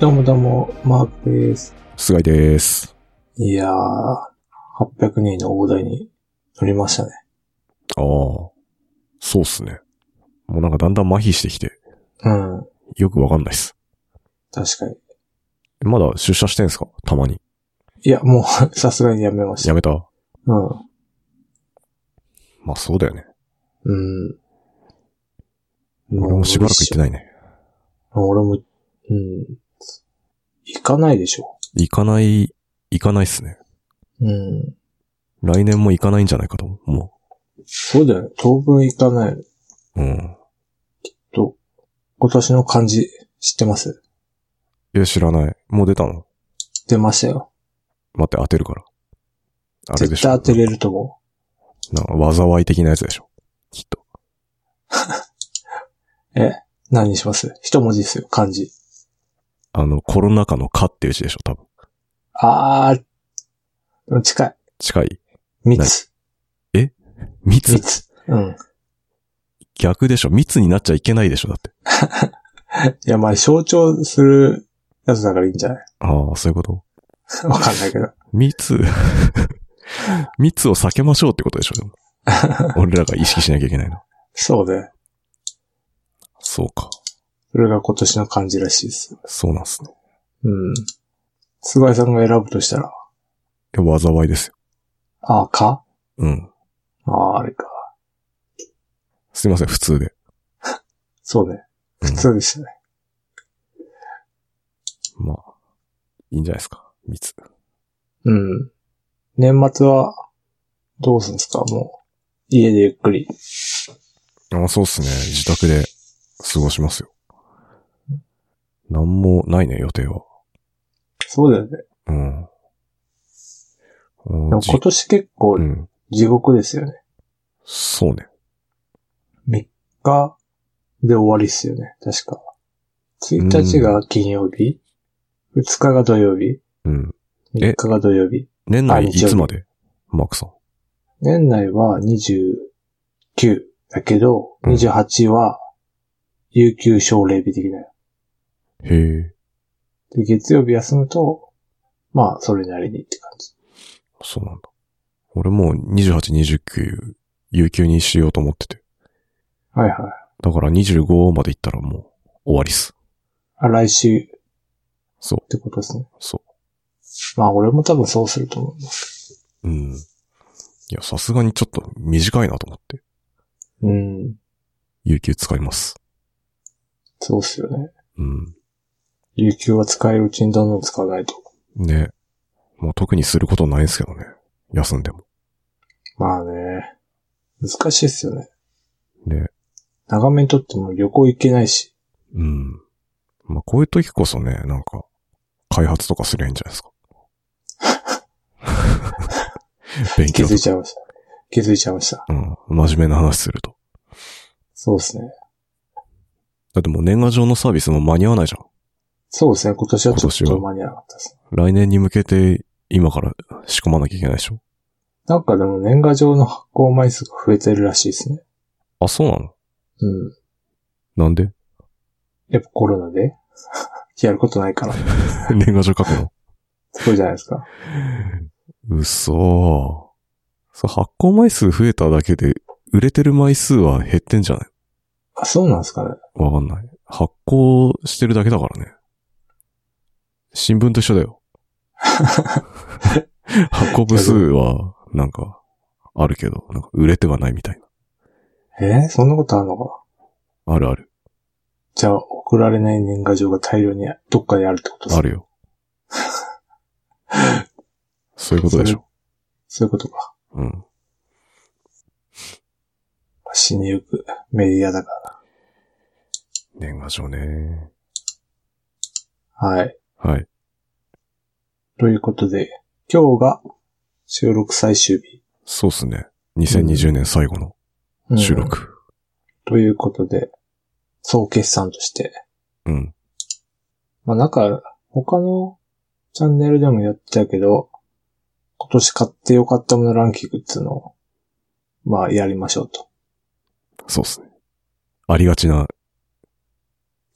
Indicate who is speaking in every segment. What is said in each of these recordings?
Speaker 1: どうもどうも、マークです。
Speaker 2: 菅井です。
Speaker 1: いやー、800人の大台に乗りましたね。
Speaker 2: ああ。そうっすね。もうなんかだんだん麻痺してきて、
Speaker 1: うん、
Speaker 2: よくわかんないっす。
Speaker 1: 確かに。
Speaker 2: まだ出社してんすかたまに。
Speaker 1: いや、もう、 さすがにやめまし
Speaker 2: や
Speaker 1: た。
Speaker 2: めた
Speaker 1: うん。
Speaker 2: まあそうだよね。
Speaker 1: うん。
Speaker 2: 俺もしばらく行って
Speaker 1: い。
Speaker 2: ないね。
Speaker 1: 俺も、うん。行かないでしょ。
Speaker 2: 行かない、行かないっすね。
Speaker 1: うん。
Speaker 2: 来年も行かないんじゃないかと思
Speaker 1: そうだよね。当分行かない。
Speaker 2: う。うん。
Speaker 1: と、今年の漢字知ってます
Speaker 2: いや、知らない。もう出たの
Speaker 1: 出ましたよ。
Speaker 2: 待って、当てるから。あれで
Speaker 1: 絶
Speaker 2: しょ
Speaker 1: 対当てれると思
Speaker 2: なんか、災い的なやつでしょきっと。
Speaker 1: う。え、何にします一文字ですよ、漢字。
Speaker 2: あの、コロナ禍の禍っていう字でしょ多分。
Speaker 1: あー、でも近い。
Speaker 2: 近い。
Speaker 1: 三つ。三
Speaker 2: 密。
Speaker 1: つ。うん。
Speaker 2: 逆でしょ密になっちゃいけないでしょだって。
Speaker 1: いや、まあ、象徴するやつだからいいんじゃない
Speaker 2: ああ、そういうこと
Speaker 1: わかんないけど。
Speaker 2: 密。 密を避けましょうってことでしょ でも俺らが意識しなきゃいけないの。
Speaker 1: そうで、
Speaker 2: そうか。
Speaker 1: それが今年の感じらしいです。
Speaker 2: そうなんすね。
Speaker 1: うん。菅井さんが選ぶとしたら、
Speaker 2: いや災いですよ。
Speaker 1: ああ、か
Speaker 2: うん。
Speaker 1: ああ、あれか。
Speaker 2: すいません、普通で。
Speaker 1: そうね。
Speaker 2: うん
Speaker 1: 普通でしたね。
Speaker 2: まあ、いいんじゃないですか。密。
Speaker 1: うん。年末は、どうするんですかもう、家でゆっくり。
Speaker 2: あそうっすね。自宅で過ごしますよ。なんもないね、予定は。
Speaker 1: そうだよね。
Speaker 2: うん。
Speaker 1: で
Speaker 2: うん
Speaker 1: も今年結構
Speaker 2: う、ん。
Speaker 1: 地獄ですよね。
Speaker 2: そうね。
Speaker 1: 3日で終わりっすよね。確か。1日が金曜日、2日が土曜日、
Speaker 2: うん。え
Speaker 1: 3日が土曜日。
Speaker 2: 年内い
Speaker 1: あ日曜日
Speaker 2: つまでマークさん。
Speaker 1: 年内は29だけど、
Speaker 2: うん
Speaker 1: 28は、有給奨励日的だよ。
Speaker 2: へえ。
Speaker 1: で、月曜日休むと、まあ、それなりにって感じ。
Speaker 2: そうなんだ。俺もう28、29、有給にしようと思ってて。
Speaker 1: はいはい。
Speaker 2: だから25まで行ったらもう終わりっす。
Speaker 1: あ、来週っ
Speaker 2: そ
Speaker 1: てことですね。
Speaker 2: う、そ
Speaker 1: まあ、俺も多分そうすると思
Speaker 2: う。うん。いや、さすがにちょっと短いなと思って、
Speaker 1: う。うん。
Speaker 2: 有給使います。
Speaker 1: そうっすよね。
Speaker 2: うん。
Speaker 1: 有給は使えるうちにどんどん使わないと。
Speaker 2: ね。もう特にすることないんすけどね。休んでも。
Speaker 1: まあね。難しいっすよね。
Speaker 2: ね。
Speaker 1: 長めにとっても旅行行けないし。
Speaker 2: うん。まあ、こういう時こそね、なんか、開発とかすりゃいいんじゃないですか。勉
Speaker 1: 気
Speaker 2: 強
Speaker 1: づ
Speaker 2: と
Speaker 1: いちゃいました。気づいちゃいました。
Speaker 2: か。うん。真面目な話すると。
Speaker 1: そうですね。
Speaker 2: だってもう年賀状のサービスも間に合わないじゃん。
Speaker 1: そうですね。今年はちょっ
Speaker 2: 今年
Speaker 1: と
Speaker 2: は
Speaker 1: 間に合わなかったですね。
Speaker 2: 来年に向けて今から仕込まなきゃいけないでしょ
Speaker 1: なんかでも年賀状の発行枚数が増えてるらしいですね。
Speaker 2: あ、そうなの
Speaker 1: うん。
Speaker 2: なんで
Speaker 1: やっぱコロナで やることないから。
Speaker 2: 年賀状書くの
Speaker 1: そうじゃないですか。
Speaker 2: 嘘そう発行枚数増えただけで、売れてる枚数は減ってんじゃない
Speaker 1: あ、そうなんですかね。
Speaker 2: わかんない。発行してるだけだからね。新聞と一緒だよ。発行部数は、なんか、あるけど、なんか売れてはないみたい
Speaker 1: えーそんなことあるのか。
Speaker 2: な。あるある。
Speaker 1: じゃあ、送られない年賀状が大量にどっかであるってことです
Speaker 2: あ
Speaker 1: か
Speaker 2: るよ。そういうことでしょ。
Speaker 1: そういうことか。
Speaker 2: うん。
Speaker 1: 死にゆくメディアだか
Speaker 2: 年賀状ね。
Speaker 1: ら。はい。
Speaker 2: はい。
Speaker 1: ということで、今日が収録最終日。
Speaker 2: そうっすね。2020年最後の
Speaker 1: うん
Speaker 2: 収。録。
Speaker 1: ということで、総決算として。
Speaker 2: うん。
Speaker 1: まあなんか、他のチャンネルでもやってたけど、今年買ってよかったものランキングっていうのを、まあやりましょうと。
Speaker 2: そうっすね。ありがちな、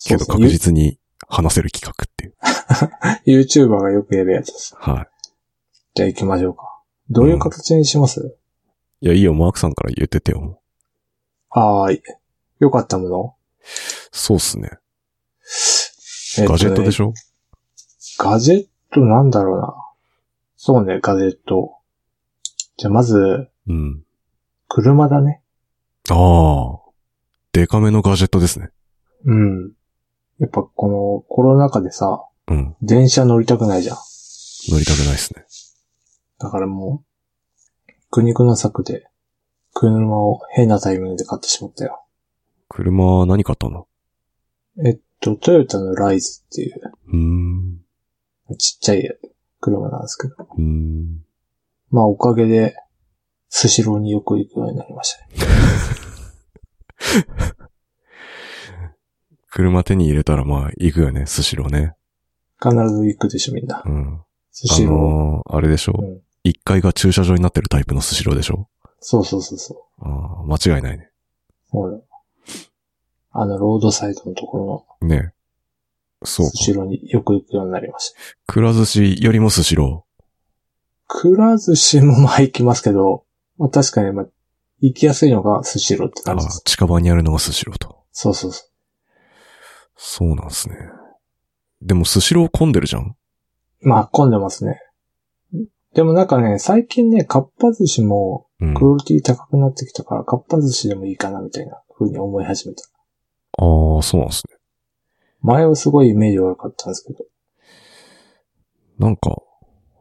Speaker 2: け
Speaker 1: そ
Speaker 2: ど
Speaker 1: うで
Speaker 2: 確
Speaker 1: すね
Speaker 2: 実に話せる企画っていう。
Speaker 1: YouTuber がよくやるやつです。
Speaker 2: は
Speaker 1: じゃあ行きましょうか。どういう形にします、
Speaker 2: い。いや、いいよ、マークさんから言っててよ。も
Speaker 1: はーい。良かったもの
Speaker 2: うそうっすね。
Speaker 1: えっとね
Speaker 2: ガジェットでしょ、
Speaker 1: ガジェットなんだろうな。そうね、ガジェット。じゃあまず、
Speaker 2: うん。
Speaker 1: 車だね。
Speaker 2: ああ。デカめのガジェットですね。
Speaker 1: うん。やっぱこのコロナ禍でさ、
Speaker 2: うん。
Speaker 1: 電車乗りたくないじゃん。
Speaker 2: 乗りたくないっすね。
Speaker 1: だからもう、苦肉の策で、車を変なタイミングで買ってしまったよ。
Speaker 2: 車、何買ったの
Speaker 1: えっと、トヨタのライズっていう、
Speaker 2: うーん。
Speaker 1: ちっちゃい車なんですけど。
Speaker 2: うーん。
Speaker 1: まあおかげで、スシローによく行くようになりましたね。
Speaker 2: 車手に入れたら、まあ、行くよね、スシローね。
Speaker 1: 必ず行くでしょ、みんな
Speaker 2: う。ん。
Speaker 1: ス
Speaker 2: あ
Speaker 1: シロー。
Speaker 2: のーあれでしょ
Speaker 1: うん
Speaker 2: 一、階が駐車場になってるタイプのスシローでしょ
Speaker 1: そうそうそうそう。
Speaker 2: あー間違いないね。
Speaker 1: そうだよ。あの、ロードサイドのところ
Speaker 2: ねえそう
Speaker 1: の、
Speaker 2: か。
Speaker 1: スシローによく行くようになりました。
Speaker 2: くら寿司よりもスシロ
Speaker 1: くら寿司もまあ行きますけど、まあ確かに、まあ、行きやすいのがスシローって
Speaker 2: ー。あ
Speaker 1: 感じです
Speaker 2: ー。近場にあるのがスシローと。
Speaker 1: そうそうそ
Speaker 2: そうなんすね。でもスシロー混んでるじゃん
Speaker 1: う。まあ、混んでますね。でもなんかね、最近ね、かっぱ寿司も
Speaker 2: うん。
Speaker 1: クオリティ高くなってきたから、かっぱ寿司でもいいかなみたいな風に思い始めた。
Speaker 2: ああ、そうなんすね。
Speaker 1: 前はすごいイメージ悪かったんですけど。
Speaker 2: なんか、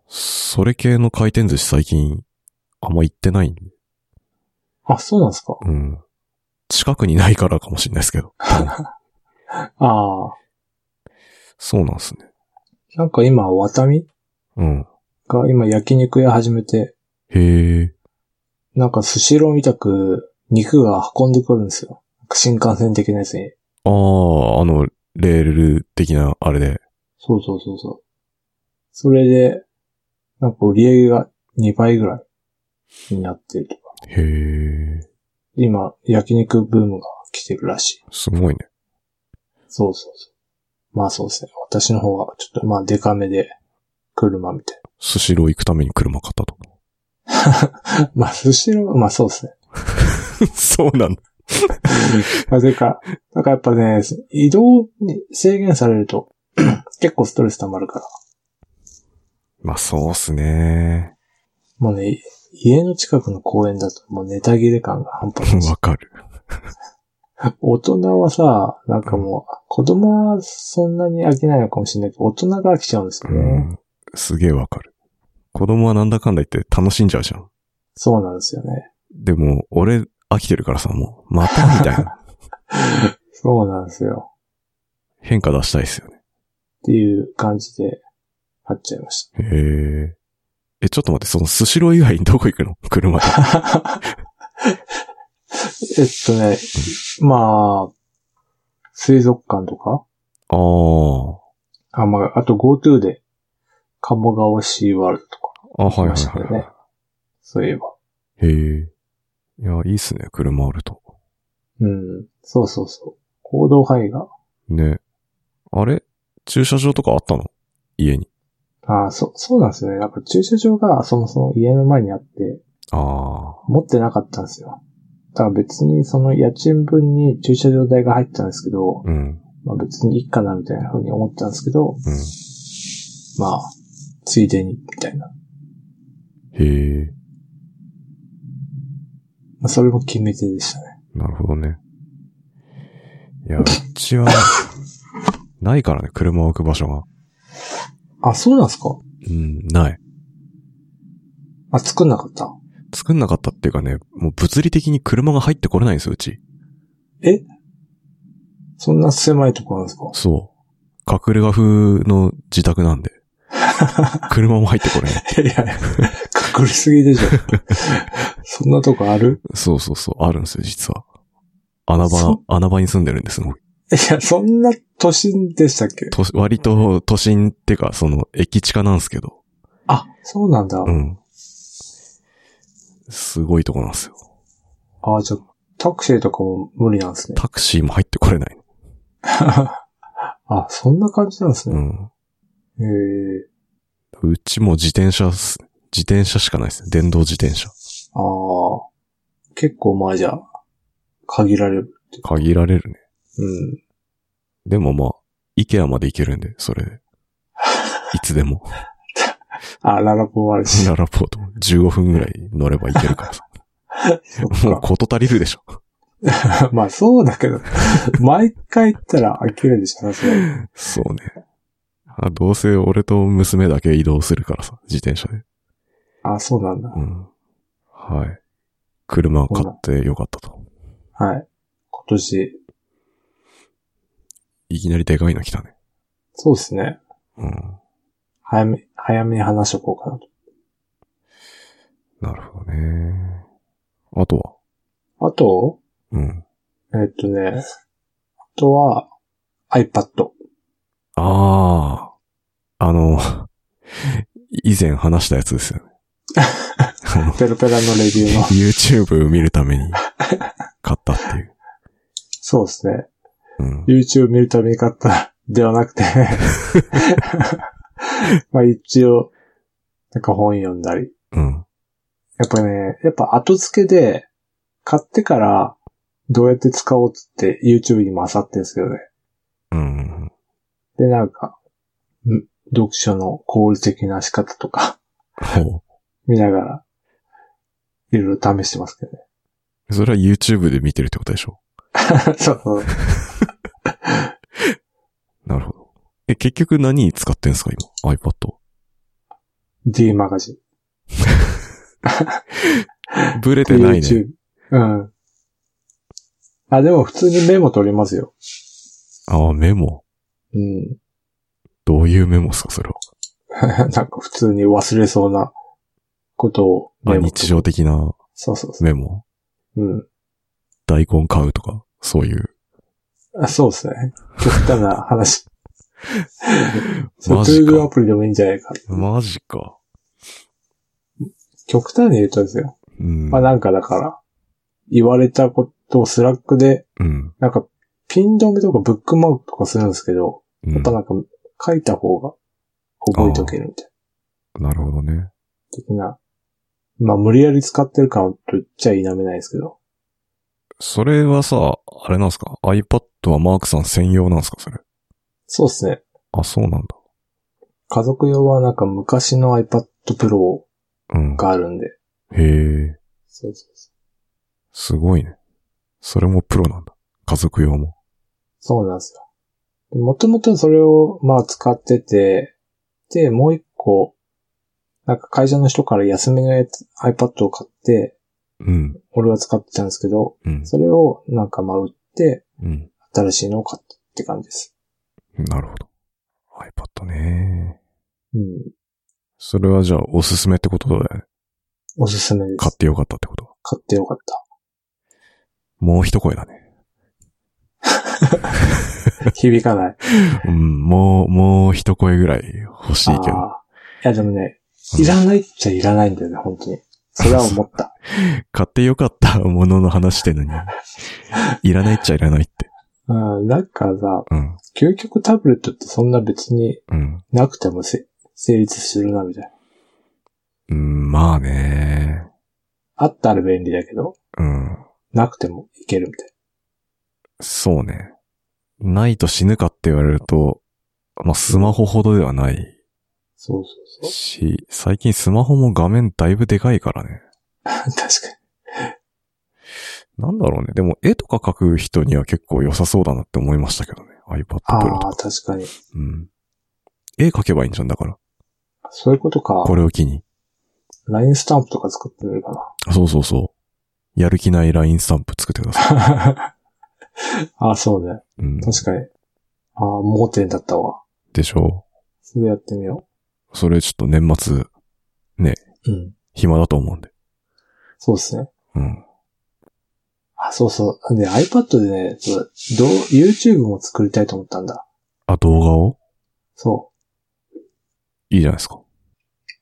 Speaker 2: それ系の回転寿司最近、あんま行ってないんで。
Speaker 1: あ、そうなんですか
Speaker 2: うん。近くにないからかもしれないですけ ど。
Speaker 1: ああ。
Speaker 2: そうなんすね。
Speaker 1: なんか今、ワタミ
Speaker 2: うん。
Speaker 1: が今焼肉屋始めて、
Speaker 2: へえ。
Speaker 1: なんかスシローみたく肉が運んでくるんですよ。なんか新幹線的なやつに。
Speaker 2: ああ、あの、レール的な、あれで。
Speaker 1: そうそうそうそう。それで、なんか売り上げが2倍ぐらいになってるとか。
Speaker 2: へえ、
Speaker 1: 今、焼肉ブームが来てるらしい。
Speaker 2: すごいね。
Speaker 1: そうそうそう。まあそうですね。私の方がちょっとまあデカめで車みたい
Speaker 2: スシロー行くために車買ったと。
Speaker 1: な。 まあスシロー、まあそうです ね。
Speaker 2: そうなんだ。
Speaker 1: まあ、てか、なんかやっぱね、移動に制限されると 結構ストレス溜まるから。
Speaker 2: まあそうっすね。
Speaker 1: もうね、い家の近くの公園だともうネタ切れ感が半端ない し
Speaker 2: わ。かる。
Speaker 1: 大人はさ、なんかもう、子供はそんなに飽きないのかもしれないけど、大人が飽きちゃうんですよ
Speaker 2: う
Speaker 1: ね。
Speaker 2: ん。すげえわかる。子供はなんだかんだ言って楽しんじゃうじゃん。
Speaker 1: そうなんですよね。
Speaker 2: でも、俺、飽きてるからさ、もう、またみたい な
Speaker 1: そうなんですよ。
Speaker 2: 変化出したいっすよね。
Speaker 1: っていう感じで、買っちゃいまし
Speaker 2: へえ。え、ちょっと待って、そのスシロー以外にどこ行くの 車で。
Speaker 1: た。えっとね、まあ、水族館とか
Speaker 2: あー。
Speaker 1: あ、まあ、あと GoTo で、鴨川シーワールドとか、
Speaker 2: あ、はいい
Speaker 1: ま
Speaker 2: は
Speaker 1: した
Speaker 2: い
Speaker 1: ね
Speaker 2: はい。
Speaker 1: そういえば。
Speaker 2: へえ。いや、いいっすね、車あると。
Speaker 1: うん、そうそうそう。行動範囲が
Speaker 2: ね。あれ駐車場とかあったの家に。
Speaker 1: ああ、そう、そうなんですよね。なんか駐車場がそもそも家の前にあって、
Speaker 2: ああ。
Speaker 1: 持ってなかったんですよ。だから別にその家賃分に駐車場代が入ったんですけど、
Speaker 2: うん。
Speaker 1: まあ別にいいかなみたいな風に思ったんですけど、
Speaker 2: うん。
Speaker 1: まあ、ついでに、みたいな。
Speaker 2: へえ。
Speaker 1: まあそれも決め手でしたね。
Speaker 2: なるほどね。いや、うちは、ないからね、車を置く場所が。
Speaker 1: あ、そうなんですか
Speaker 2: うん、ない。
Speaker 1: あ、作んなかった。
Speaker 2: 作んなかったっていうかね、もう物理的に車が入ってこれないんですよ、うち。
Speaker 1: そんな狭いところなんですか
Speaker 2: そう。隠れ家風の自宅なんで。車も入ってこれない。
Speaker 1: いやいや、隠れすぎでしょ。 そんなとこある
Speaker 2: そうそうそう、あるんですよ、実は。穴場
Speaker 1: そ、
Speaker 2: 穴場に住んでるんです、僕
Speaker 1: いや、そんな都心でしたっけ
Speaker 2: と割と都心ってか、その、駅近なんですけど。
Speaker 1: あ、そうなんだ。
Speaker 2: うん。すごいとこなんですよ。
Speaker 1: あ、じゃあタクシーとかも無理なんですね。
Speaker 2: タクシーも入ってこれない。
Speaker 1: ああ、そんな感じなんです
Speaker 2: う
Speaker 1: ね。
Speaker 2: ん。
Speaker 1: へえ。
Speaker 2: うちも自転車っす、自転車しかないですね。電動自転車。
Speaker 1: ああ。結構まあじゃあ、限られる。
Speaker 2: 限られるね。
Speaker 1: うん。
Speaker 2: でもまあ、イケアまで行けるんで、それで。いつでも。
Speaker 1: あ、ララポもあるし。
Speaker 2: ララポート。15分ぐらい乗れば行けるからさ。
Speaker 1: そっ
Speaker 2: もう
Speaker 1: か
Speaker 2: こと足りるでしょ。
Speaker 1: まあそうだけど、毎回行ったら飽きるでしょ、さすがに。
Speaker 2: そうね。あどうせ俺と娘だけ移動するからさ、自転車で。
Speaker 1: あ、そうなんだ。
Speaker 2: うん。はい。車買ってよかったと。
Speaker 1: はい。今年、
Speaker 2: いきなりでかいの来たね。
Speaker 1: そうですね。
Speaker 2: うん。
Speaker 1: 早め、早めに話しとこうかなと。
Speaker 2: なるほどね。あとは
Speaker 1: あと、
Speaker 2: うん。
Speaker 1: えっとね、あとは iPad。
Speaker 2: ああ。あの、 以前話したやつ ですよね。あの
Speaker 1: ペロペラのレビューの。
Speaker 2: YouTube を見るために買ったっていう。
Speaker 1: そうですね。
Speaker 2: うん。
Speaker 1: YouTube 見るために買ったではなくて。まあ一応、なんか本読んだり。
Speaker 2: うん。
Speaker 1: やっぱね、やっぱ後付けで、買ってから、どうやって使おうっつって YouTube にも漁ってんですけどね。
Speaker 2: うん。
Speaker 1: で、なんか、ん読書の効率的な仕方とか
Speaker 2: ほ
Speaker 1: 見ながら、いろいろ試してますけどね。
Speaker 2: う。それは YouTube で見てるってことでしょ
Speaker 1: そうそう。
Speaker 2: なるほど。え、結局何に使ってんすか今 ?iPad。
Speaker 1: D マガジン。
Speaker 2: ブレてないね。
Speaker 1: YouTube。うん。あ、でも普通にメモ取りますよ。
Speaker 2: ああ、メモ。
Speaker 1: うん。
Speaker 2: どういうメモっすかそれは。
Speaker 1: なんか普通に忘れそうなことを
Speaker 2: あ
Speaker 1: メモ取る
Speaker 2: 日常的な
Speaker 1: そうそうそ
Speaker 2: メモ。
Speaker 1: う。うん。
Speaker 2: 大根買うとか、そういう。
Speaker 1: あそうですね。極端な 話。そう
Speaker 2: マ
Speaker 1: とい
Speaker 2: ジ
Speaker 1: うア
Speaker 2: か。
Speaker 1: プリでもいいんじゃないか。
Speaker 2: マジか。
Speaker 1: 極端に言うとですよ。
Speaker 2: うん。
Speaker 1: まあなんかだから、言われたことをスラックで、
Speaker 2: うん。
Speaker 1: なんかピン止めとかブックマークとかするんですけど、
Speaker 2: うん
Speaker 1: やっぱなんか書いた方が覚えとけるみたい
Speaker 2: なるほどね。
Speaker 1: な。的な。まあ無理やり使ってる感と言っちゃ否めないですけど。
Speaker 2: それはさ、あれなんですか ?iPad はマークさん専用なんですかそれ。
Speaker 1: そうですね。
Speaker 2: あ、そうなんだ。
Speaker 1: 家族用はなんか昔の iPad Pro
Speaker 2: うん。
Speaker 1: があるんで。
Speaker 2: へえ、
Speaker 1: そうそうそう。
Speaker 2: すごいね。それもプロなんだ。家族用も。
Speaker 1: そうなんですよ。もともとそれを、まあ使ってて、で、もう一個、なんか会社の人から休みのやつ iPad を買って、
Speaker 2: うん。
Speaker 1: 俺は使ってたんですけど、
Speaker 2: うん。
Speaker 1: それをなんかまあ売って、
Speaker 2: うん。
Speaker 1: 新しいのを買ったって感じです。
Speaker 2: なるほど。iPad ね。
Speaker 1: うん。
Speaker 2: それはじゃあおすすめってことだよね。
Speaker 1: おすすめです。
Speaker 2: 買ってよかったってこと。
Speaker 1: 買ってよかった。
Speaker 2: もう一声だね。
Speaker 1: 響か ない。
Speaker 2: うん、もう、もう一声ぐらい欲しいけど。
Speaker 1: あーいやでもね、
Speaker 2: うん
Speaker 1: いらないっちゃいらないんだよね、本当に。それは思 った。
Speaker 2: 買ってよかったものの話してんのに。いらないっちゃいらないって。
Speaker 1: うん、なんかさ、
Speaker 2: うん、
Speaker 1: 究極タブレットってそんな別に
Speaker 2: うん。
Speaker 1: なくてもせ成立するな、みたいな。
Speaker 2: うん、まあね。
Speaker 1: あったら便利だけど、
Speaker 2: うん。
Speaker 1: なくてもいけるみたい
Speaker 2: そうね。ないと死ぬかって言われると、まあ、スマホほどではない
Speaker 1: そうそう そう。
Speaker 2: し、最近スマホも画面だいぶでかいからね。
Speaker 1: 確かに。
Speaker 2: なんだろうね。でも、絵とか描く人には結構良さそうだなって思いましたけどね。iPad
Speaker 1: あ
Speaker 2: Pro とか。
Speaker 1: あ、確かに。
Speaker 2: うん。絵描けばいいんじゃんだから。
Speaker 1: そういうことか。
Speaker 2: これを機に。
Speaker 1: LINE スタンプとか作ってみるか
Speaker 2: そうそうそう。やる気ない LINE スタンプ作ってく ださい。
Speaker 1: な。ああ、そうね。
Speaker 2: うん。
Speaker 1: 確かに。ああ、盲点だったわ。
Speaker 2: でしょ
Speaker 1: それやってみよ
Speaker 2: う。それちょっと年末、
Speaker 1: う。うん。
Speaker 2: 暇だと思うんで。
Speaker 1: そうですね。
Speaker 2: うん。
Speaker 1: あ、そうそう。で、iPad でね、そうどう YouTube も作りたいと思ったんだ。
Speaker 2: あ、動画を
Speaker 1: そ
Speaker 2: いいじゃないですか。
Speaker 1: う。だ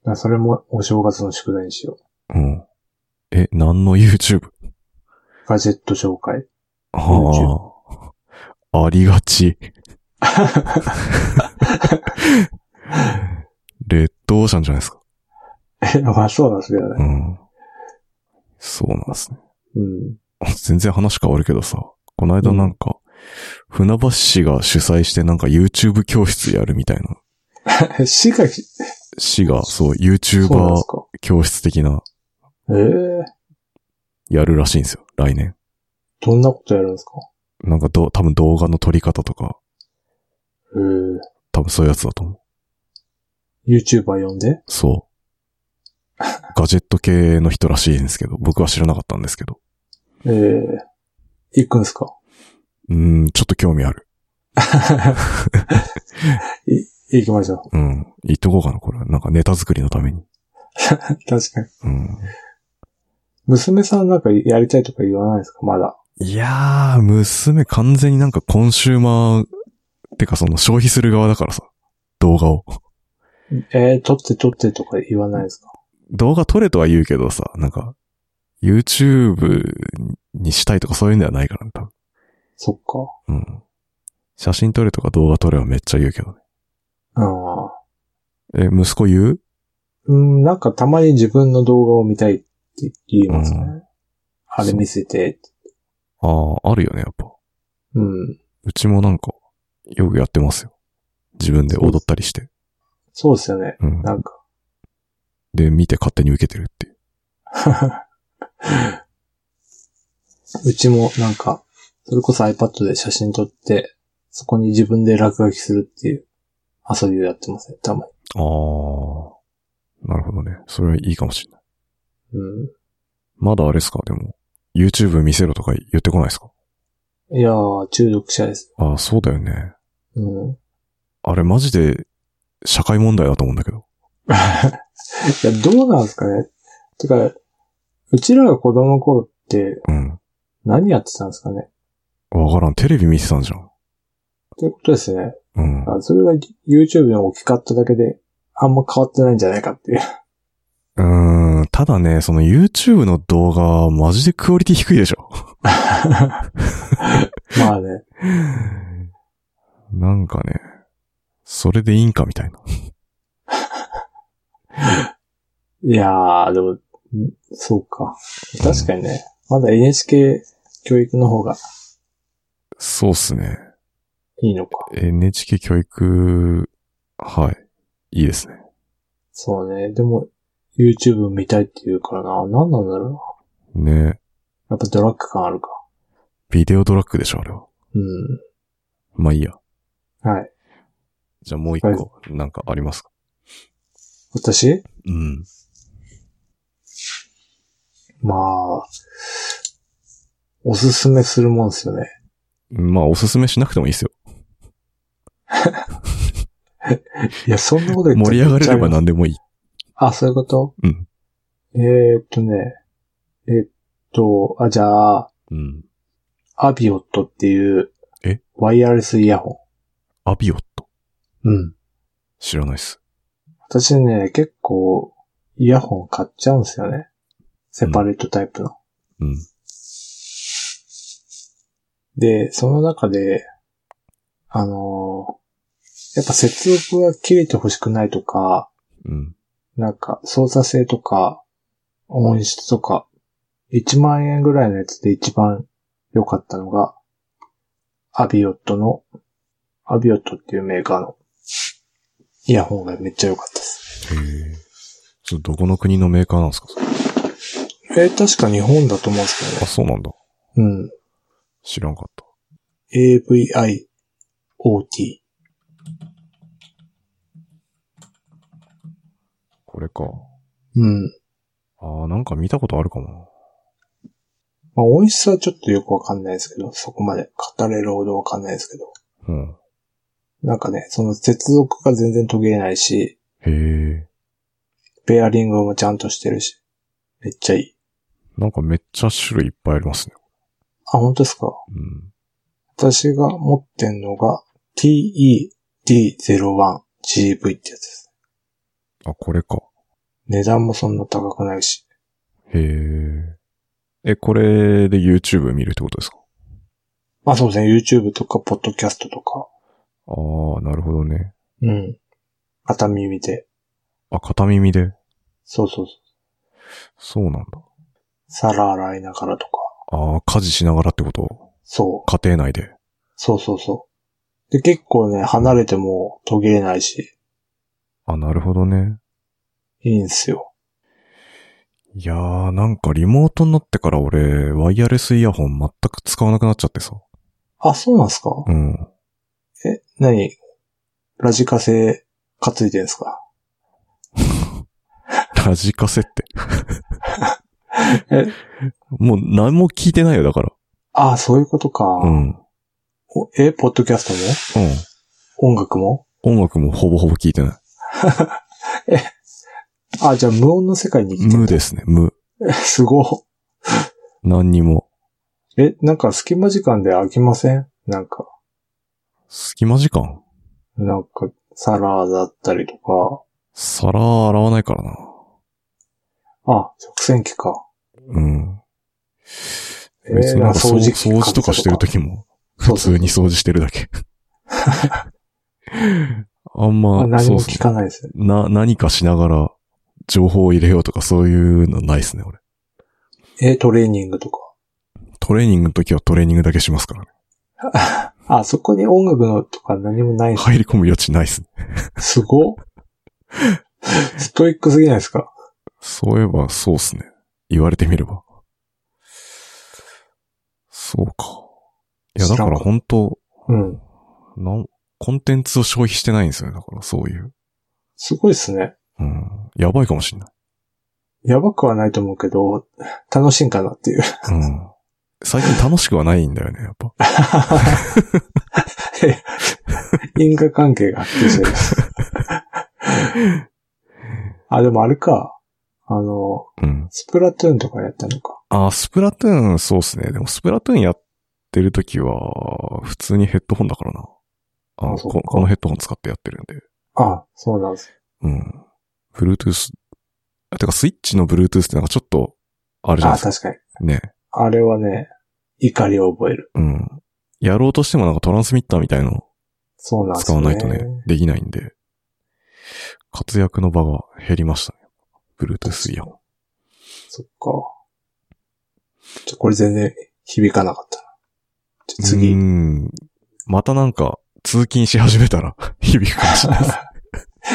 Speaker 1: からそれもお正月の宿題にしよ
Speaker 2: うん。え、何の YouTube?
Speaker 1: う。ガジェット紹介。
Speaker 2: ああ。ありがち。レッドオーシャンじゃないですか。
Speaker 1: え、 まあそうなんですけどね。
Speaker 2: うん。そうなんですね。
Speaker 1: うん。
Speaker 2: 全然話変わるけどさ、この間なんか、船橋市が主催してなんか YouTube 教室やるみたいな。
Speaker 1: え、市が、そう
Speaker 2: 市が、そう、
Speaker 1: なんで
Speaker 2: YouTuber
Speaker 1: すか。
Speaker 2: 教室的な、
Speaker 1: ええ
Speaker 2: やるらしいんですよ、来年。
Speaker 1: どんなことやるんですか
Speaker 2: なんかど、多分動画の撮り方とか、
Speaker 1: ええ
Speaker 2: 多分そういうやつだと思う。
Speaker 1: YouTuber 呼んで
Speaker 2: そう。ガジェット系の人らしいんですけど、僕は知らなかったんですけど。
Speaker 1: ええ行くんですか
Speaker 2: うーん、ちょっと興味ある。
Speaker 1: い、行きましょう。
Speaker 2: うん。言っとこうかな、これは。なんかネタ作りのために。
Speaker 1: 確かに。
Speaker 2: うん。
Speaker 1: 娘さんなんかやりたいとか言わないですかまだ。
Speaker 2: いやー、娘完全になんかコンシューマー、てかその消費する側だからさ、動画を。
Speaker 1: えー、撮って撮ってとか言わないですか
Speaker 2: 動画撮れとは言うけどさ、なんか、YouTube にしたいとかそういうんではないからね、多分。
Speaker 1: そっか。
Speaker 2: うん。写真撮れとか動画撮れはめっちゃ言うけどね。
Speaker 1: ああ。
Speaker 2: え、息子言う
Speaker 1: うん、なんかたまに自分の動画を見たいって言いますね。
Speaker 2: う
Speaker 1: あれ見せてって。
Speaker 2: ああ、あるよね、やっぱ。
Speaker 1: うん。
Speaker 2: うちもなんか、よくやってますよ。自分で踊ったりして。
Speaker 1: そうですよね。
Speaker 2: うん。
Speaker 1: なんか。
Speaker 2: で、見て勝手に受けてるっていう。
Speaker 1: うちもなんか、それこそ iPad で写真撮って、そこに自分で落書きするっていう遊びをやってますね、たま
Speaker 2: ああ。なるほどね。それはいいかもしれない。
Speaker 1: に。
Speaker 2: まだあれですかでも、YouTube 見せろとか言ってこないですか
Speaker 1: うん。いやー、中毒者です。
Speaker 2: ああ、そうだよね。
Speaker 1: うん。い
Speaker 2: あれマジで、社会問題だと思うんだけど。
Speaker 1: や、どうなんですかね。てか、うちらが子供の頃って
Speaker 2: うん。
Speaker 1: 何やってたんですかね。
Speaker 2: わからん。テレビ見てたんじゃん。
Speaker 1: ということですね。
Speaker 2: うん。
Speaker 1: あそれが YouTube の大きかっただけで、あんま変わってないんじゃないかっていう。
Speaker 2: うーん。ただね、その YouTube の動画、マジでクオリティ低いでし ょ。
Speaker 1: まあね。
Speaker 2: なんかね、それでいいんかみたいな。
Speaker 1: いやー、でも、んそうか。確かにね。まだ NHK 教育の方が
Speaker 2: そうっすね。
Speaker 1: いいのか。
Speaker 2: NHK 教育、はい。いいですね。
Speaker 1: そうね。でも、YouTube 見たいって言うからな。何なんだろう
Speaker 2: ね
Speaker 1: な。やっぱドラッグ感あるか。
Speaker 2: ビデオドラッグでしょ、あれは。
Speaker 1: うん。
Speaker 2: まあいいや。
Speaker 1: はい。
Speaker 2: じゃあもう一個、なんかありますか
Speaker 1: 私
Speaker 2: うん。
Speaker 1: まあ、おすすめするもんですよね。
Speaker 2: まあ、おすすめしなくてもいいですよ。
Speaker 1: いや、そんなこと言っ
Speaker 2: 盛り上がれれば
Speaker 1: な。
Speaker 2: 何でもいい。
Speaker 1: あ、そういうこと
Speaker 2: うん。
Speaker 1: えー、っとね。えっと、あ、じゃあ、
Speaker 2: うん。
Speaker 1: アビオットっていう
Speaker 2: え、
Speaker 1: ワイヤレスイヤホ
Speaker 2: アビオット。
Speaker 1: ン。うん。
Speaker 2: 知らないっす。
Speaker 1: 私ね、結構、イヤホン買っちゃうんですよね。セパレートタイプの。
Speaker 2: うん。
Speaker 1: で、その中で、あのーやっぱ接続が切れてほしくないとか、
Speaker 2: うん。
Speaker 1: なんか操作性とか、音質とか、1万円ぐらいのやつで一番良かったのが、アビオットの、アビオットっていうメーカーのイヤホンがめっちゃ良かったです。
Speaker 2: へえ。ちょっとどこの国のメーカーなんですかそれ
Speaker 1: えー確か日本だと思うんですけど
Speaker 2: あ、
Speaker 1: ね。
Speaker 2: そうなんだ。
Speaker 1: うん。
Speaker 2: 知らんかった。
Speaker 1: AVIOT。
Speaker 2: これか。
Speaker 1: うん。
Speaker 2: ああ、なんか見たことあるかも
Speaker 1: まあ、音質はちょっとよくわかんないですけど、そこまで語れるほどわかんないですけど。
Speaker 2: な。うん。
Speaker 1: なんかね、その接続が全然途切れないし、
Speaker 2: へえ。
Speaker 1: ペアリングもちゃんとしてるし、めっちゃいい。
Speaker 2: なんかめっちゃ種類いっぱいありますね。
Speaker 1: あ、本当ですか
Speaker 2: うん。
Speaker 1: 私が持ってんのが TED01GV ってやつです。
Speaker 2: あ、これか。
Speaker 1: 値段もそんな高くないし。
Speaker 2: へえ。え、これで YouTube 見るってことですか
Speaker 1: まあそうですね、YouTube とか、ポッドキャストとか、
Speaker 2: ああ、なるほどね。
Speaker 1: うん。片耳で。
Speaker 2: あ、片耳で。
Speaker 1: そうそうそう。
Speaker 2: そうなんだ。
Speaker 1: 皿洗いながらとか。
Speaker 2: ああ、家事しながらってこと
Speaker 1: そう。
Speaker 2: 家庭内で。
Speaker 1: そうそうそう。で、結構ね、離れても途切れないし、
Speaker 2: あ、なるほどね。
Speaker 1: いいんすよ。
Speaker 2: いやー、なんかリモートになってから俺、ワイヤレスイヤホン全く使わなくなっちゃってさ。
Speaker 1: あ、そうなんすか
Speaker 2: うん。
Speaker 1: え、何ラジカセ担いでんすか
Speaker 2: ラジカセって。
Speaker 1: え、
Speaker 2: もう何も聞いてないよ、だから。
Speaker 1: あ、そういうことか。
Speaker 2: うん。うん。
Speaker 1: おえ、ポッドキャストも音楽も
Speaker 2: 音楽もほぼほぼ聞いてない。
Speaker 1: あ、じゃあ無音の世界に生きてる
Speaker 2: 無ですね、無。
Speaker 1: すごい。
Speaker 2: 何にも。
Speaker 1: え、なんか隙間時間で飽きませんなんか、
Speaker 2: 隙間時間
Speaker 1: なんか、皿だったりとか、
Speaker 2: 皿洗わないからな。
Speaker 1: あ、食洗機か。
Speaker 2: うん。
Speaker 1: えー
Speaker 2: 別になんか
Speaker 1: 掃
Speaker 2: 掃
Speaker 1: 除機
Speaker 2: 掃除とかしてる時も、
Speaker 1: そ
Speaker 2: 普
Speaker 1: う そう
Speaker 2: 通に掃除してるだけ。 あん
Speaker 1: まあ、
Speaker 2: ま、
Speaker 1: 何
Speaker 2: そう
Speaker 1: も
Speaker 2: っす
Speaker 1: 聞
Speaker 2: ね
Speaker 1: かないですね。
Speaker 2: な、何かしながら情報を入れようとかそういうのないっすね、俺。
Speaker 1: え、トレーニングとか。
Speaker 2: トレーニングの時はトレーニングだけしますからね。
Speaker 1: あ、そこに音楽のとか何もないんす
Speaker 2: 入り込む余地ないっすね。
Speaker 1: す ごっストイックすぎないですか
Speaker 2: そういえばそうっすね。言われてみれば。そうか。いや、だから本当
Speaker 1: うん。
Speaker 2: なん、コンテンツを消費してないんですよね。だからそういう。
Speaker 1: すごいですね。
Speaker 2: うん。やばいかもしんない。
Speaker 1: やばくはないと思うけど、楽しいんかなって いう。
Speaker 2: うん。最近楽しくはないんだよね、やっぱ。
Speaker 1: 因果関係が発揮してる。 あ、でもあれか。あの、
Speaker 2: うん。
Speaker 1: スプラトゥーンとかやったのか。
Speaker 2: あ、スプラトゥーン、そうっすね。でもスプラトゥーンやってる時は、普通にヘッドホンだからな。あ
Speaker 1: あそう
Speaker 2: こ、このヘッドホン使ってやってるんで。
Speaker 1: あ、そうなんです。
Speaker 2: うん。Bluetooth。あてか、スイッチの Bluetooth ってなんかちょっと、あれじゃな
Speaker 1: あ、
Speaker 2: いですか。
Speaker 1: 確かに。
Speaker 2: ね。
Speaker 1: あれはね、怒りを覚える。
Speaker 2: うん。やろうとしてもなんかトランスミッターみたいの
Speaker 1: そうなんです
Speaker 2: 使
Speaker 1: ね。
Speaker 2: わないとね、できないんで、活躍の場が減りましたね。Bluetooth イヤホン。
Speaker 1: そっか。ちょ、これ全然響かなかったな。じゃ
Speaker 2: うー
Speaker 1: 次。
Speaker 2: ん。またなんか、通勤し始めたら、 響くかも しれな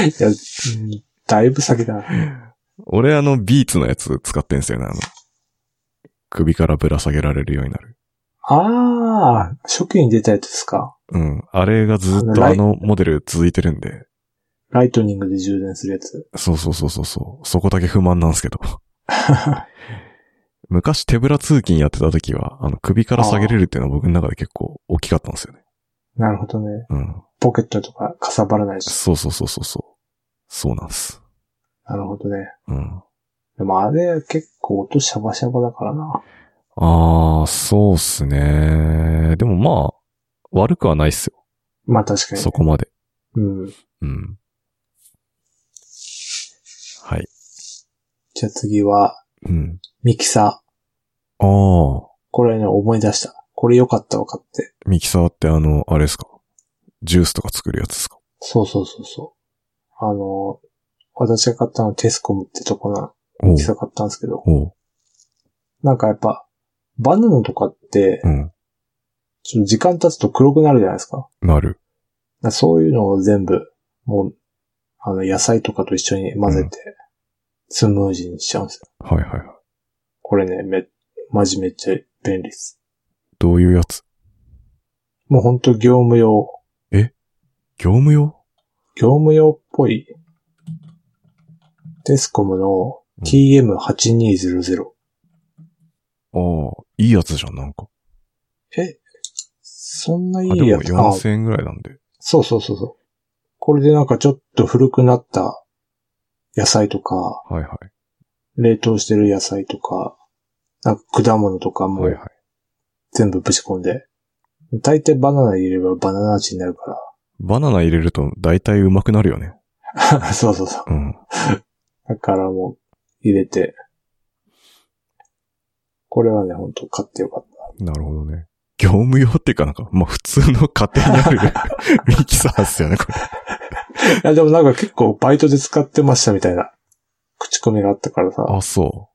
Speaker 2: いです。
Speaker 1: いや、うんだいぶ先だな。
Speaker 2: 俺あの、ビーツのやつ使ってんすよね、あの。首からぶら下げられるようになる。
Speaker 1: あー、初期に出たやつですか。
Speaker 2: うん。あれがずっと
Speaker 1: あ
Speaker 2: あ
Speaker 1: の
Speaker 2: のモデル続いてるんで、
Speaker 1: ライトニングで充電するやつ。
Speaker 2: そうそうそうそうそう。そこだけ不満なんですけど。昔手ぶら通勤やってた時は、あの、首から下げれるっていうのは僕の中で結構大きかったんですよね。
Speaker 1: なるほどね。
Speaker 2: うん。
Speaker 1: ポケットとかかさばらないし。
Speaker 2: そうそうそうそうそう。そうなんです。
Speaker 1: なるほどね。
Speaker 2: うん。
Speaker 1: でもあれ結構音シャバシャバだからな。
Speaker 2: あー、そうっすね。でもまあ、悪くはないっすよ。
Speaker 1: まあ確かに。
Speaker 2: そこまで。
Speaker 1: うん。
Speaker 2: うん。はい。
Speaker 1: じゃあ次は、
Speaker 2: うん。
Speaker 1: ミキサー。
Speaker 2: あー、
Speaker 1: これね、思い出した。これ良かったわかって。
Speaker 2: ミキサーってあの、あれですかジュースとか作るやつですか
Speaker 1: そうそうそうそう。あの、私が買ったのテスコムってとこな、
Speaker 2: お
Speaker 1: ミ
Speaker 2: う
Speaker 1: キサー買ったんですけど、
Speaker 2: おう
Speaker 1: なんかやっぱ、バナナとかって、
Speaker 2: うん。
Speaker 1: ちょっと時間経つと黒くなるじゃないですか。だか
Speaker 2: なる。
Speaker 1: らそういうのを全部、もう、あの、野菜とかと一緒に混ぜて、スムージーにしちゃうんですよ。
Speaker 2: はいはいはい。
Speaker 1: これね、め、マジめっちゃ便利です。
Speaker 2: どういうやつ
Speaker 1: もうほんと業務用、
Speaker 2: 業務用
Speaker 1: 業務用っぽい、テスコムの TM8200。
Speaker 2: ああ、いいやつじゃん、なんか。
Speaker 1: えそんない
Speaker 2: あ、で
Speaker 1: い
Speaker 2: も
Speaker 1: やつあ、
Speaker 2: 4000円ぐらいなんで。
Speaker 1: そうそうそうそう。これでなんかちょっと古くなった野菜とか、
Speaker 2: はいは
Speaker 1: 冷凍してる野菜とか、なんか果物とか
Speaker 2: い。
Speaker 1: も
Speaker 2: はいはい。
Speaker 1: 全部ぶち込んで、大体バナナ入れればバナナ味になるか
Speaker 2: バナナ入れると大体うまくなるよね。
Speaker 1: ら。 そうそうそう。
Speaker 2: うん。
Speaker 1: だからもう入れて、これはね、ほんと買ってよかった。
Speaker 2: なるほどね。業務用っていうかなんか、まあ普通の家庭にある ミキサーっすよね、これ。
Speaker 1: いや、でもなんか結構バイトで使ってましたみたいな、口コミがあったからさ、
Speaker 2: あ、そ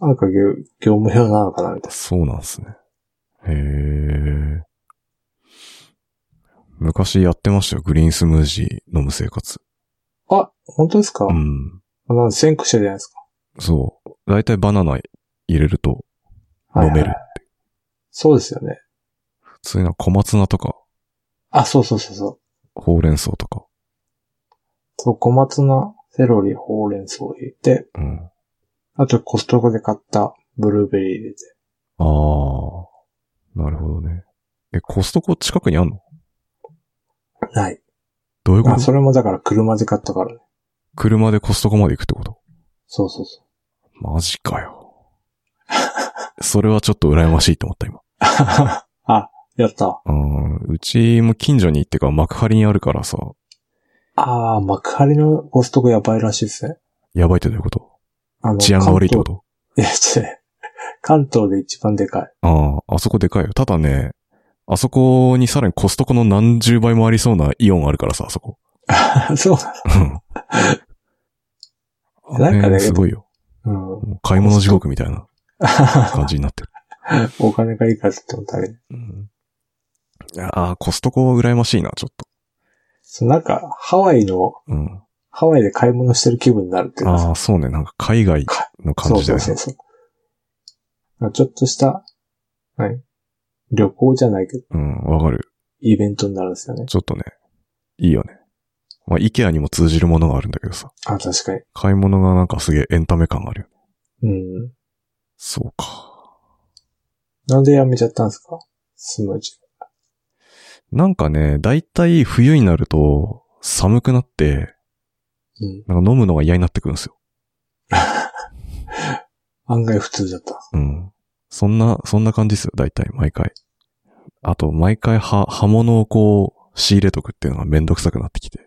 Speaker 1: なんか業業務用なのかなみた
Speaker 2: う。
Speaker 1: い
Speaker 2: そうなんですね。へえ。昔やってましたよ、グリーンスムージー飲む生活。
Speaker 1: な。あ、本当ですか、
Speaker 2: うん。
Speaker 1: あの、先駆者じゃないです
Speaker 2: そう。だいたいバナナ入れると
Speaker 1: か。
Speaker 2: 飲
Speaker 1: は
Speaker 2: め
Speaker 1: い
Speaker 2: る
Speaker 1: はい。そうですよね。
Speaker 2: 普通になんか小松菜とか、
Speaker 1: あ、そうそうそうそう。
Speaker 2: ほうれん草とか。
Speaker 1: そう、小松菜、セロリ、ほうれん草を入れて、
Speaker 2: うん。
Speaker 1: あとコストコで買ったブルーベリー入れて。
Speaker 2: ああ。なるほどね。え、コストコ近くにあんの
Speaker 1: ない。
Speaker 2: どういうこ
Speaker 1: まあ、
Speaker 2: と
Speaker 1: それもだから車で買ったからね。
Speaker 2: 車でコストコまで行くってこと
Speaker 1: そうそうそう。
Speaker 2: マジかよ。それはちょっと羨ましいと思った、今。
Speaker 1: あ、やった。
Speaker 2: うん、うちも近所に行ってか幕張にあるからさ、
Speaker 1: あー、幕張のコストコやばいらしいですね。
Speaker 2: やばいってどういうこと
Speaker 1: あの、
Speaker 2: 治安が悪いってこと
Speaker 1: 関東いや、違う。関東で一番でかい。
Speaker 2: ああ、あそこでかいよ。ただね、あそこにさらにコストコの何十倍もありそうなイオンあるからさ、あそこ。
Speaker 1: そう
Speaker 2: うんあ
Speaker 1: なんかね
Speaker 2: れすごいよ。
Speaker 1: なの。
Speaker 2: もう買い物地獄みたいな感じになってる。
Speaker 1: うん。お金がいいからっても大変。
Speaker 2: うん。ああ、コストコ羨ましいな、ちょっと。
Speaker 1: そう、なんか、ハワイの、
Speaker 2: うん。
Speaker 1: ハワイで買い物してる気分になるっていうか
Speaker 2: ああ、そうね。なんか海外の感じだよ
Speaker 1: そう
Speaker 2: ね。
Speaker 1: そうそうそう。ちょっとした、はい。旅行じゃないけど、
Speaker 2: うん、わかる。
Speaker 1: イベントになるんですよね。
Speaker 2: ちょっとね、いいよね。まあ、イケアにも通じるものがあるんだけどさ。
Speaker 1: あ、確か
Speaker 2: 買い物がなんかすげえエンタメ感があるよね。
Speaker 1: に。うん。
Speaker 2: そうか。
Speaker 1: なんでやめちゃったんですかスムージ
Speaker 2: なんかね、だいたい冬になると寒くなって、
Speaker 1: ー。うん。
Speaker 2: なんか飲むのが嫌になってくるんですよ。
Speaker 1: 案外普通だった。
Speaker 2: うん。そんな、そんな感じですよ。だいたい毎回。あと、毎回は、刃物をこう、仕入れとくっていうのがめんどくさくなってきて。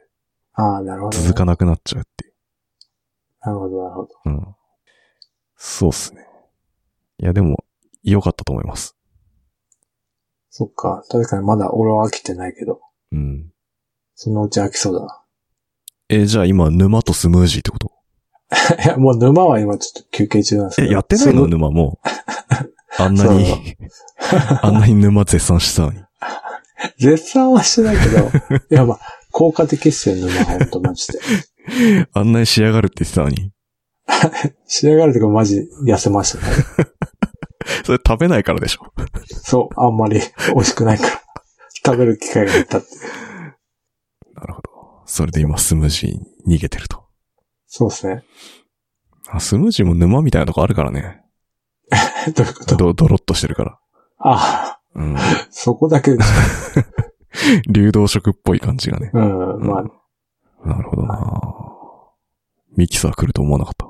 Speaker 1: ああ、なるほど、ね。
Speaker 2: 続かなくなっちゃうっていう。
Speaker 1: なるほど、なるほど。
Speaker 2: うん。そうっすね。いや、でも、良かったと思います。
Speaker 1: そっか。確かにまだ俺は飽きてないけど、
Speaker 2: うん。
Speaker 1: そのうち飽きそうだな。
Speaker 2: え、じゃあ今、沼とスムージーってこと
Speaker 1: いや、もう沼は今ちょっと休憩中なんですけ
Speaker 2: え、
Speaker 1: ど。
Speaker 2: やってない
Speaker 1: そ
Speaker 2: の沼もう。あんなに
Speaker 1: そ、
Speaker 2: あんなに沼絶賛してたのに。
Speaker 1: 絶賛はしてないけど、 いや、まあ、効果的っすよ、沼は、ほんと、マジで。
Speaker 2: あんなに仕上がるって言ってたのに。
Speaker 1: 仕上がるとかマジ痩せましたね。
Speaker 2: それ食べないからでしょ。
Speaker 1: そう、あんまり美味しくないから。食べる機会が減ったって。
Speaker 2: なるほど。それで今、スムージーに逃げてると。
Speaker 1: そうですね。
Speaker 2: あ、スムージーも沼みたいなとこあるからね。
Speaker 1: どういうこと
Speaker 2: ど、ドロッとしてるから。
Speaker 1: あ
Speaker 2: うん。
Speaker 1: あ、そこだけ、う
Speaker 2: 流動食っぽい感じがね。
Speaker 1: ん、まあ、
Speaker 2: なるほどなミキサー来ると思わなかった。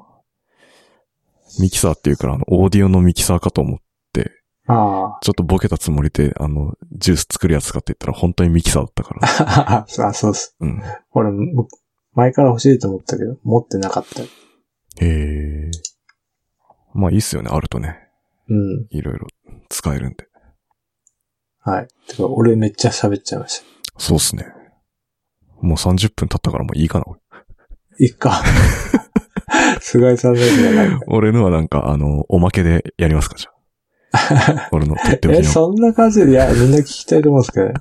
Speaker 2: ミキサーっていうから、あの、オーディオのミキサーかと思って、
Speaker 1: あ
Speaker 2: ちょっとボケたつもりで、あの、ジュース作るやつかって言ったら本当にミキサーだったか ら。
Speaker 1: あ、あそうっす。
Speaker 2: うん。
Speaker 1: 俺、む前から欲しいと思ったけど、持ってなかった。
Speaker 2: へえ。まあいいっすよね、あるとね。
Speaker 1: うん。
Speaker 2: いろいろ使えるんで。
Speaker 1: はい。てか、俺めっちゃ喋っちゃいました。
Speaker 2: そうっすね。もう30分経ったからもういいかな、 俺
Speaker 1: いっか。 菅井さんのやつがない。
Speaker 2: 俺のはなんか、あの、おまけでやりますか、じゃあ。 俺のとっておき
Speaker 1: え、
Speaker 2: の。
Speaker 1: そんな感じで、いや、みんな聞きたいと思うんですけどね。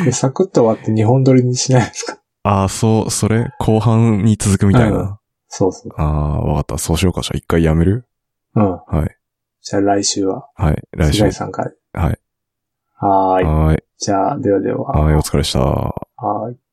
Speaker 1: これサクッと終わって日本撮りにしないですか
Speaker 2: ああ、そう、それ、後半に続くみたいな。
Speaker 1: うんそうそう。
Speaker 2: ああ、わかった。そうしようか。じゃあ一回やめる
Speaker 1: うん。
Speaker 2: はい。
Speaker 1: じゃあ来週は、
Speaker 2: はい。来週。
Speaker 1: 菅井
Speaker 2: は
Speaker 1: さんから。
Speaker 2: い。
Speaker 1: はーい。
Speaker 2: はい。
Speaker 1: じゃあ、ではでは。
Speaker 2: はい。お疲れでした。
Speaker 1: はーい。